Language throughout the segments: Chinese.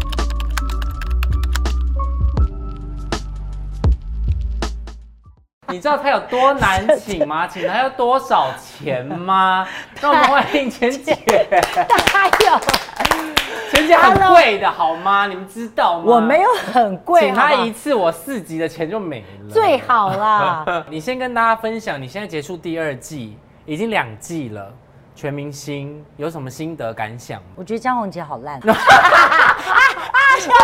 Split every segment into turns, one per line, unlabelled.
你知道它有多难请 吗？请他要多少钱吗？那我们欢迎钱姐，
大有，
钱姐很贵的好吗？你们知道吗？
我没有很贵，
请他
好不好
一次，我四集的钱就没了。
最 好啦。
你先跟大家分享，你现在结束第二季，已经两季了，全明星有什么心得感想吗？
我觉得江宏杰好 烂。啊啊，小姐，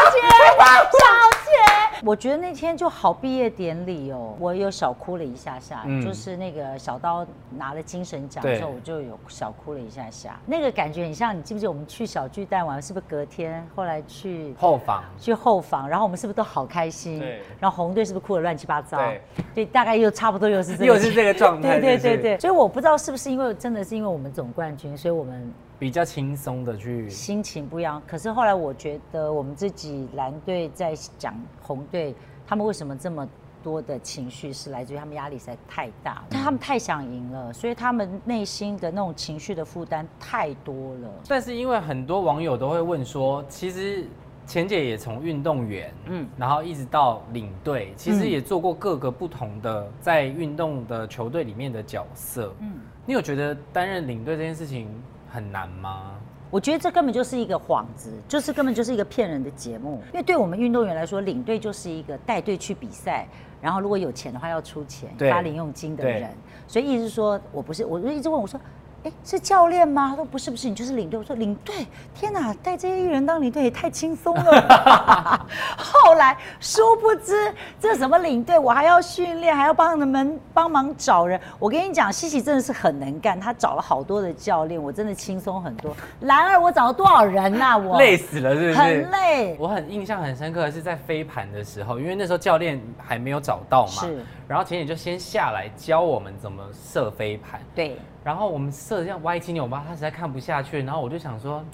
小姐，我觉得那天就好毕业典礼哦，我有小哭了一下下，
嗯
就是那个小刀拿了金神奖
对
之后，我就有小哭了一下下，那个感觉很像，你记不记得我们去小巨蛋玩，是不是隔天后来去
后访
去后访，然后我们是不是都好开心？
对
然后红队是不是哭得乱七八糟？
对
对，大概又差不多又是这个，
又是这个状态
对对
是
对
不是
对，所以我不知道是不是因为真的是因为我们总冠军，所以我们
比较轻松的去，
心情不一样。可是后来我觉得我们自己蓝队在讲红队，他们为什么这么多的情绪是来自于他们压力实在太大了，他们太想赢了，所以他们内心的那种情绪的负担太多了。
但是因为很多网友都会问说，其实钱姐也从运动员，嗯
嗯，
然后一直到领队，其实
嗯
也做过各个不同的在运动的球队里面的角色。
嗯，
你有觉得担任领队这件事情很难吗？
我觉得这根本就是一个幌子，就是根本就是一个骗人的节目。因为对我们运动员来说，领队就是一个带队去比赛，然后如果有钱的话要出钱
对
发零用金的
对
人。所以意思是说我不是，我就一直问我说。哎，是教练吗？他说不是，不是，你就是领队。我说领队，天哪，带这些艺人当领队也太轻松了吧。后来殊不知这什么领队，我还要训练，还要帮你们帮忙找人。我跟你讲，西西真的是很能干，他找了好多的教练，我真的轻松很多。然而我找了多少人呐、我
累死了，是不是？
很累。
我很印象很深刻的是在飞盘的时候，因为那时候教练还没有找到嘛，
是
然后田姐就先下来教我们怎么射飞盘，
对，
然后我们射这样歪七扭八，他实在看不下去，然后我就想说，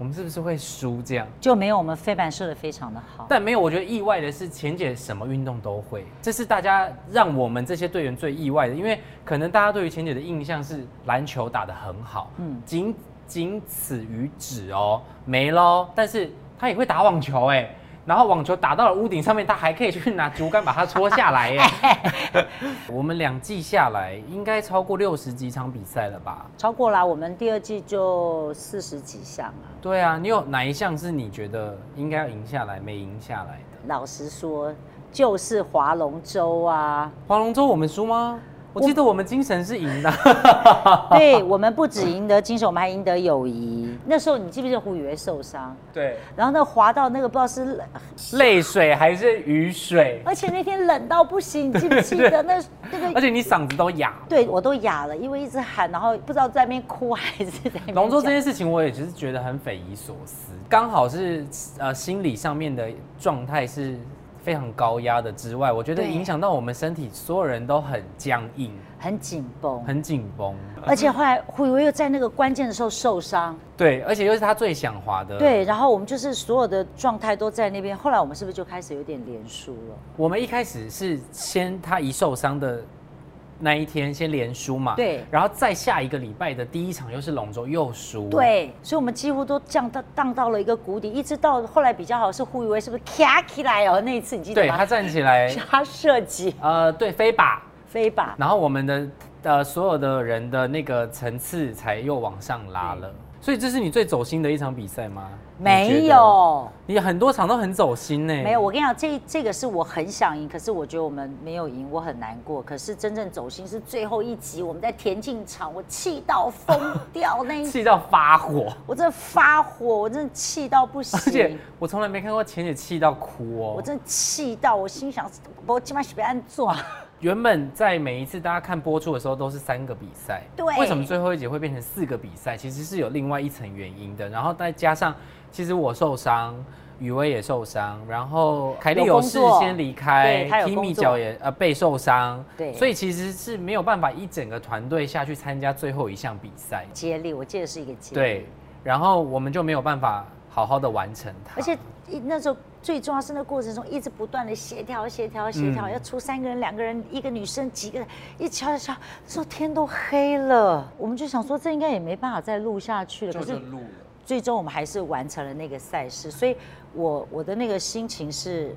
我们是不是会输这样？
就没有我们飞板射的非常的好。
但没有，我觉得意外的是，钱姐什么运动都会，这是大家让我们这些队员最意外的，因为可能大家对于钱姐的印象是篮球打得很好，嗯
嗯，
仅仅此于止哦，没喽。但是她也会打网球哎，然后网球打到了屋顶上面，她还可以去拿竹竿把它戳下来哎。我们两季下来，应该超过六十几场比赛了吧？
超过啦，我们第二季就四十几项啊。
对啊，你有哪一项是你觉得应该要赢下来没赢下来的？
老实说，就是划龙舟啊。
划龙舟我们输吗？我记得我们精神是赢的，
对我们不止赢得精神，我们还赢得友谊。那时候你记不记得胡宇威受伤？
对，
然后那滑到那个不知道是冷，
泪水还是雨水，
而且那天冷到不行，你记不记 得那那
而
个？
且你嗓子都哑。
对我都哑了，因为一直喊，然后不知道在那边哭还是在那边
龙舟这
哎讲
件事情，我也只是觉得很匪夷所思，刚好是呃心理上面的状态是非常高压的之外，我觉得
对
影响到我们身体，所有人都很僵硬，
很紧绷，
很紧绷。
而且后来胡宇威又在那个关键的时候受伤，
对，而且又是他最想滑的。，
对，然后我们就是所有的状态都在那边。后来我们是不是就开始有点连输了？
我们一开始是先他一受伤的那一天先连输嘛，
对
然后再下一个礼拜的第一场又是龙舟又输，，
对，所以我们几乎都降到荡到了一个谷底，一直到后来比较好是胡宇威是不是卡起来哦？那一次你记得
对
吗？
他站起 来，
他射击
呃，对飞靶，
飞靶，
然后我们的呃所有的人的那个层次才又往上拉了，所以这是你最走心的一场比赛吗？你
没
觉得，
有。
你很多场都很走心呢、
没有，，我跟你讲，这这个是我很想赢，可是我觉得我们没有赢，我很难过。可是真正走心是最后一集，我们在田径场，我气到疯掉那 一，
气到发火，
我真的发火，我真的气到不
而且
行，
我从来没看过钱姐气到哭哦，
我真的气到，我心想，我今晚是被按啊做，
原本在每一次大家看播出的时候都是三个比赛，
对
为什么最后一节会变成四个比赛？其实是有另外一层原因的。然后再加上，其实我受伤，雨薇也受伤，然后凯莉
有
有
工
事
作
先离开
对她有工
，Kimi
作
脚也呃被受伤，
对
所以其实是没有办法一整个团队下去参加最后一项比赛，
接力，我记得是一个接力，
对，然后我们就没有办法好好的完成它，
而且一那时候最重要是那过程中一直不断的协调、协调、协调，
嗯
要出三个人、两个人、一个女生、几个人，一瞧一瞧，说天都黑了，我们就想说这应该也没办法再录下去了。可是
录了。
最终我们还是完成了那个赛事，所以我我的那个心情是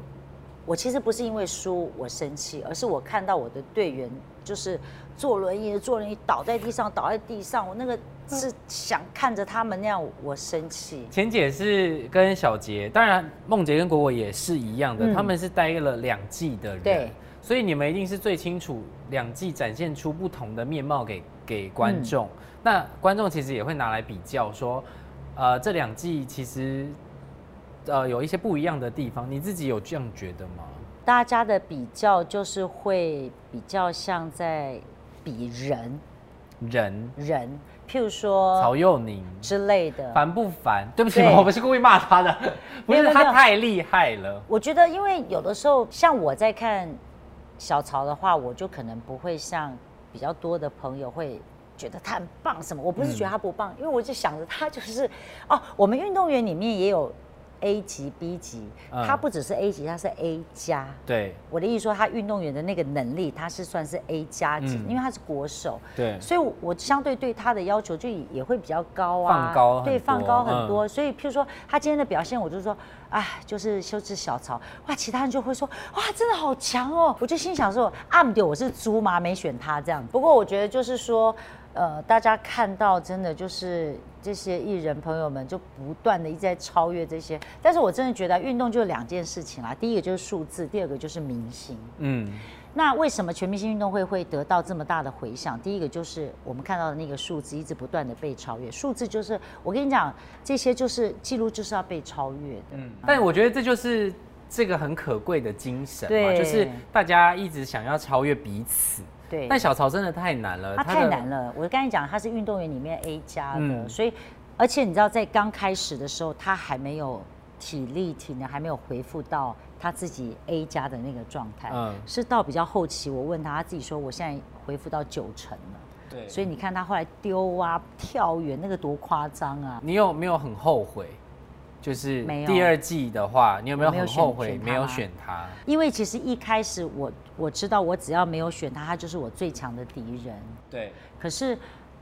我其实不是因为输我生气，而是我看到我的队员就是坐轮椅的坐轮椅倒在地上，倒在地上，我那个是想看着他们那样，我生气。
钱姐是跟小杰，当然梦杰跟果果也是一样的，
嗯
他们是待了两季的人，
对，
所以你们一定是最清楚两季展现出不同的面貌给给观众。
嗯
那观众其实也会拿来比较说，呃，这两季其实呃有一些不一样的地方，你自己有这样觉得吗？
大家的比较就是会比较像在比人
人
人，譬如说
曹佑宁
之类的。
烦不烦？对不起，
呃对
我不是故意骂他的， 不
没有
是
没有没
他
有
太厉害了。
我觉得，因为有的时候像我在看小曹的话，我就可能不会像比较多的朋友会。觉得他很棒什么？我不是觉得他不棒，因为我就想着他就是哦，我们运动员里面也有 A 级、B 级，
嗯
他不只是 A 级，他是 A 加。
对
我的意思说，他运动员的那个能力，他是算是 A 加级，
嗯
因为他是国手。
对，
所以我，我相对对他的要求就也也会比较高啊，
放高很多
对，
嗯
放高很多。所以，譬如说他今天的表现，我就说，哎，就是羞耻小曹。哇，其他人就会说，哇，真的好强哦。我就心想说，啊，不对，我是猪吗？没选他这样。不过，我觉得就是说，呃，大家看到真的就是这些艺人朋友们就不断的一直在超越这些。但是我真的觉得运动就两件事情啦，第一个就是数字，第二个就是明星。
嗯，
那为什么全明星运动会会得到这么大的回响？第一个就是我们看到的那个数字一直不断的被超越，数字就是我跟你讲，这些就是记录就是要被超越的。
嗯，但我觉得这就是这个很可贵的精神嘛，
对
就是大家一直想要超越彼此。
对，
但小曹真的太难了，
他太难
了。
了。我刚才讲他是运动员里面 A 加的，
嗯
所以而且你知道在刚开始的时候，他还没有体力体能还没有恢复到他自己 A 加的那个状态，
嗯
是到比较后期，我问他，他自己说我现在恢复到九成了。
对，
所
所以
以你看他后来丢啊、跳远，那个多夸张啊！
你有没有很后悔？就是
没有
第二季的话，你有没有
我没有
很
选
后悔
选他
没有
吗
选他？
因为其实一开始我我知道，我只要没有选他，他就是我最强的敌人。
对，
可是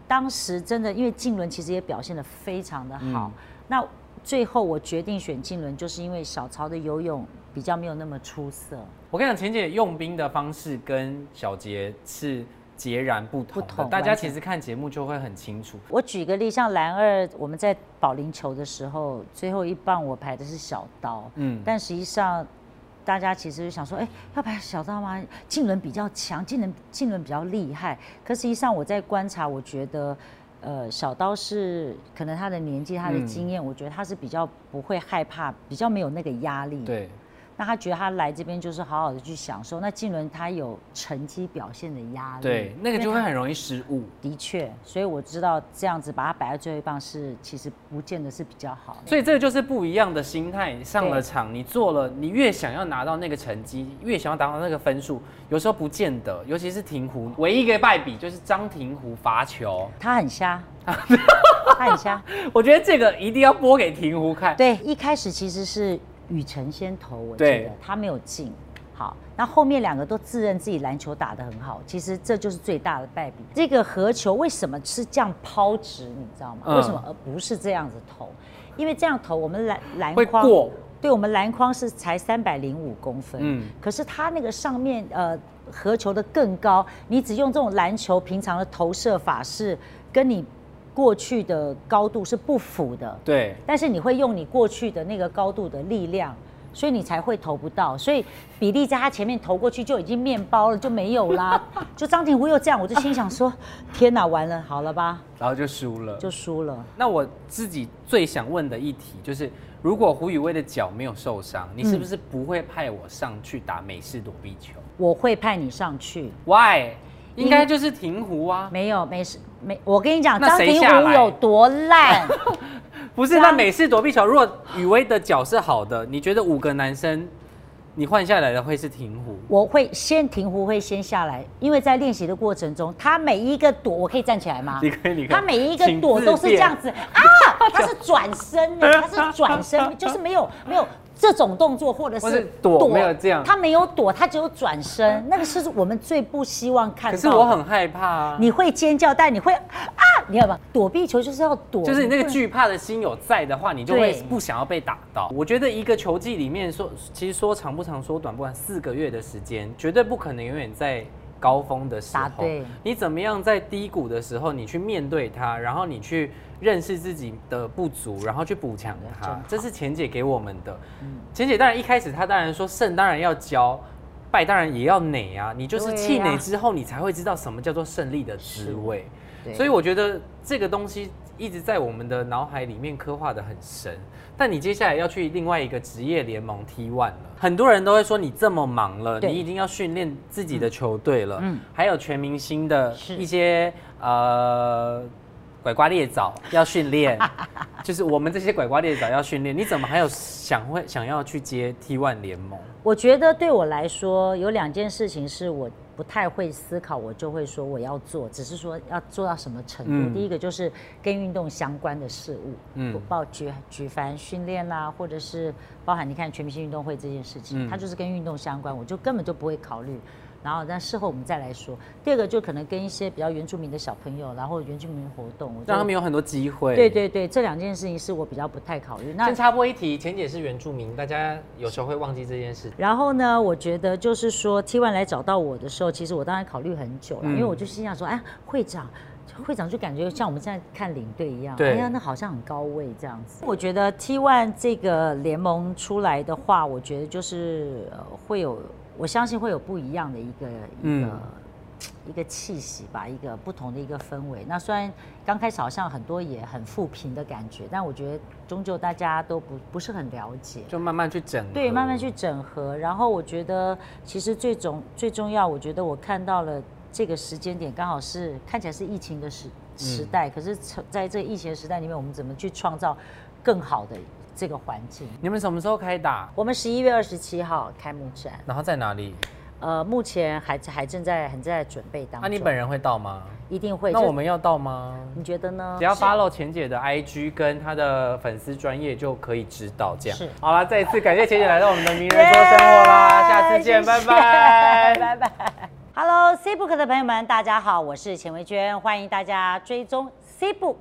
当时真的，因为静伦其实也表现得非常的好。
嗯
那最后我决定选静伦，就是因为小曹的游泳比较没有那么出色，
我跟你讲，钱姐用兵的方式跟小杰是截然不同的，
不同
大家
完
其
全
实看节目就会很清楚。
我举个例，像兰二，我们在保龄球的时候，最后一棒我排的是小刀，
嗯
嗯，但实际上大家其实就想说，哎、要排小刀吗？竞轮比较强，竞轮竞轮比较厉害。可实际上我在观察，我觉得。呃，小刀是可能他的年纪、他的
嗯
经验，我觉得他是比较不会害怕，比较没有那个压力。
对，
那他觉得他来这边就是好好的去享受。那竞轮他有成绩表现的压力，
对，那个就会很容易失误。
的确，所以我知道这样子把它摆在最后一棒是，其实不见得是比较好。
所以这就是不一样的心态。你上了
对
场，你做了，你越想要拿到那个成绩，越想要达到那个分数，有时候不见得。尤其是停湖，唯一一个败笔就是张停湖罚 球。
他 很瞎，他很瞎。
我觉得这个一定要播给停湖看。
对，一开始其实是雨辰先投，我记
对
得他没有进。好，那后面两个都自认自己篮球打得很好，其实这就是最大的败笔。这个合球为什么是这样抛直，你知道吗？
嗯
为什么而不是这样子投？因为这样投我们篮篮
会
筐
过
对我们篮筐是才三百零五公分，
嗯
可是它那个上面呃合球的更高，你只用这种篮球平常的投射法是跟你过去的高度是不符的，
对
但是你会用你过去的那个高度的力量，所以你才会投不到。所以比利在他前面投过去就已经面包了，就没 有啦。就张庭湖又这样，我就心想说：天哪，完了，好了吧，
然后就输了。
就输了。
那我自己最想问的一题就是，如果胡宇威的脚没有受伤，
嗯
你是不是不会派我上去打美式躲避球
我会派你上去，
？Why？
因
应该就是停湖啊，
没有，没事，没。我跟你讲，
那
张
谁
庭
下
湖
来
有多烂，
不是？那美式躲避球，如果雨薇的脚是好的，你觉得五个男生你换下来的会是停湖？
我会先庭湖会先下来，因为在练习的过程中，他每一个躲，我可以站起来吗？
你可以，你可以。
啊他每一个
请
躲
自
都是这
便
样子啊，他是转身的，他是转身，就是没有没有这种动作，或者
或是
是
躲没有这样
他没有躲，他只有转身，那个是我们最不希望看
可
到的。哦
是我很害怕啊，
你会尖叫，但你会啊，你知道吧？躲避球就是要躲，
就是你那个
不能
惧怕的心有在的话，你就会
对
不想要被打到。我觉得一个球季里面说，其实说长不长，说短不短，四个月的时间，绝对不可能永远在高峰的时
答
候
对。
你怎么样在低谷的时候，你去面对它，然后你去认识自己的不足，然后去补强
真
它
好，嗯
这是钱姐给我们的。钱姐当然一开始她当然说胜当然要教。败当然也要馁啊，你就是
对
气馁
呀
之后，你才会知道什么叫做胜利的滋
是
味。
对
所以我觉得这个东西一直在我们的脑海里面刻画的很深。但你接下来要去另外一个职业联盟 T1 了，很多人都会说你这么忙了，
对
你已经要训练自己的球队了，
嗯
还有全明星的
是
一些呃拐瓜裂枣要训练， 就是我们这些拐瓜裂枣要训练，你怎么还有想会想要去接 T1 联盟？
我觉得对我来说，有两件事情是我不太会思考，我就会说我要做，只是说要做到什么程度。
嗯
第一个就是跟运动相关的事物，
嗯
嗯，包举举凡训练啦，或者是包含你看全明星运动会这件事情，
嗯
它就是跟运动相关，我就根本就不会考虑。然后，但事后我们再来说。第二个就可能跟一些比较原住民的小朋友，然后原住民活动，我就
让他们有很多机会。
对对对，这两件事情是我比较不太考虑。那
先插播一题，钱姐是原住民，大家有时候会忘记这件事。
然后呢，我觉得就是说，T One 来找到我的时候，其实我当然考虑很久了，
嗯
因为我就心想说，哎，会长。会长就感觉像我们现在看领队一样，
对
哎呀，那好像很高位这样子。我觉得 T One 这个联盟出来的话，我觉得就是、呃会有，我相信会有不一样的一个一个、
嗯
一个气息吧，一个不同的一个氛围。那虽然刚开始好像很多也很负评的感觉，但我觉得终究大家都不不是很了解。
就慢慢去整合，
对，慢慢去整合。然后我觉得，其实最重最重要，我觉得我看到了这个时间点，刚好是看起来是疫情的时
嗯
时代，可是从在这个疫情的时代里面，我们怎么去创造更好的这个环境？
你们什么时候开打？
我们十一月二十七号开幕展，
然后在哪里？
呃，目前还还正在还正在准备当中。
那、啊你本人会到吗？
一定会？
那
就
我们要到吗？
你觉得呢？
只要 follow 钱姐的 IG 跟她的粉丝专业就可以知道。这样
是
好啦，再一次感谢钱姐来到我们的名人说生活啦
Yeah，
下次见，
谢
拜
谢
拜。
拜拜。Hello C Book 的朋友们，大家好，我是钱维娟，欢迎大家追踪 C Book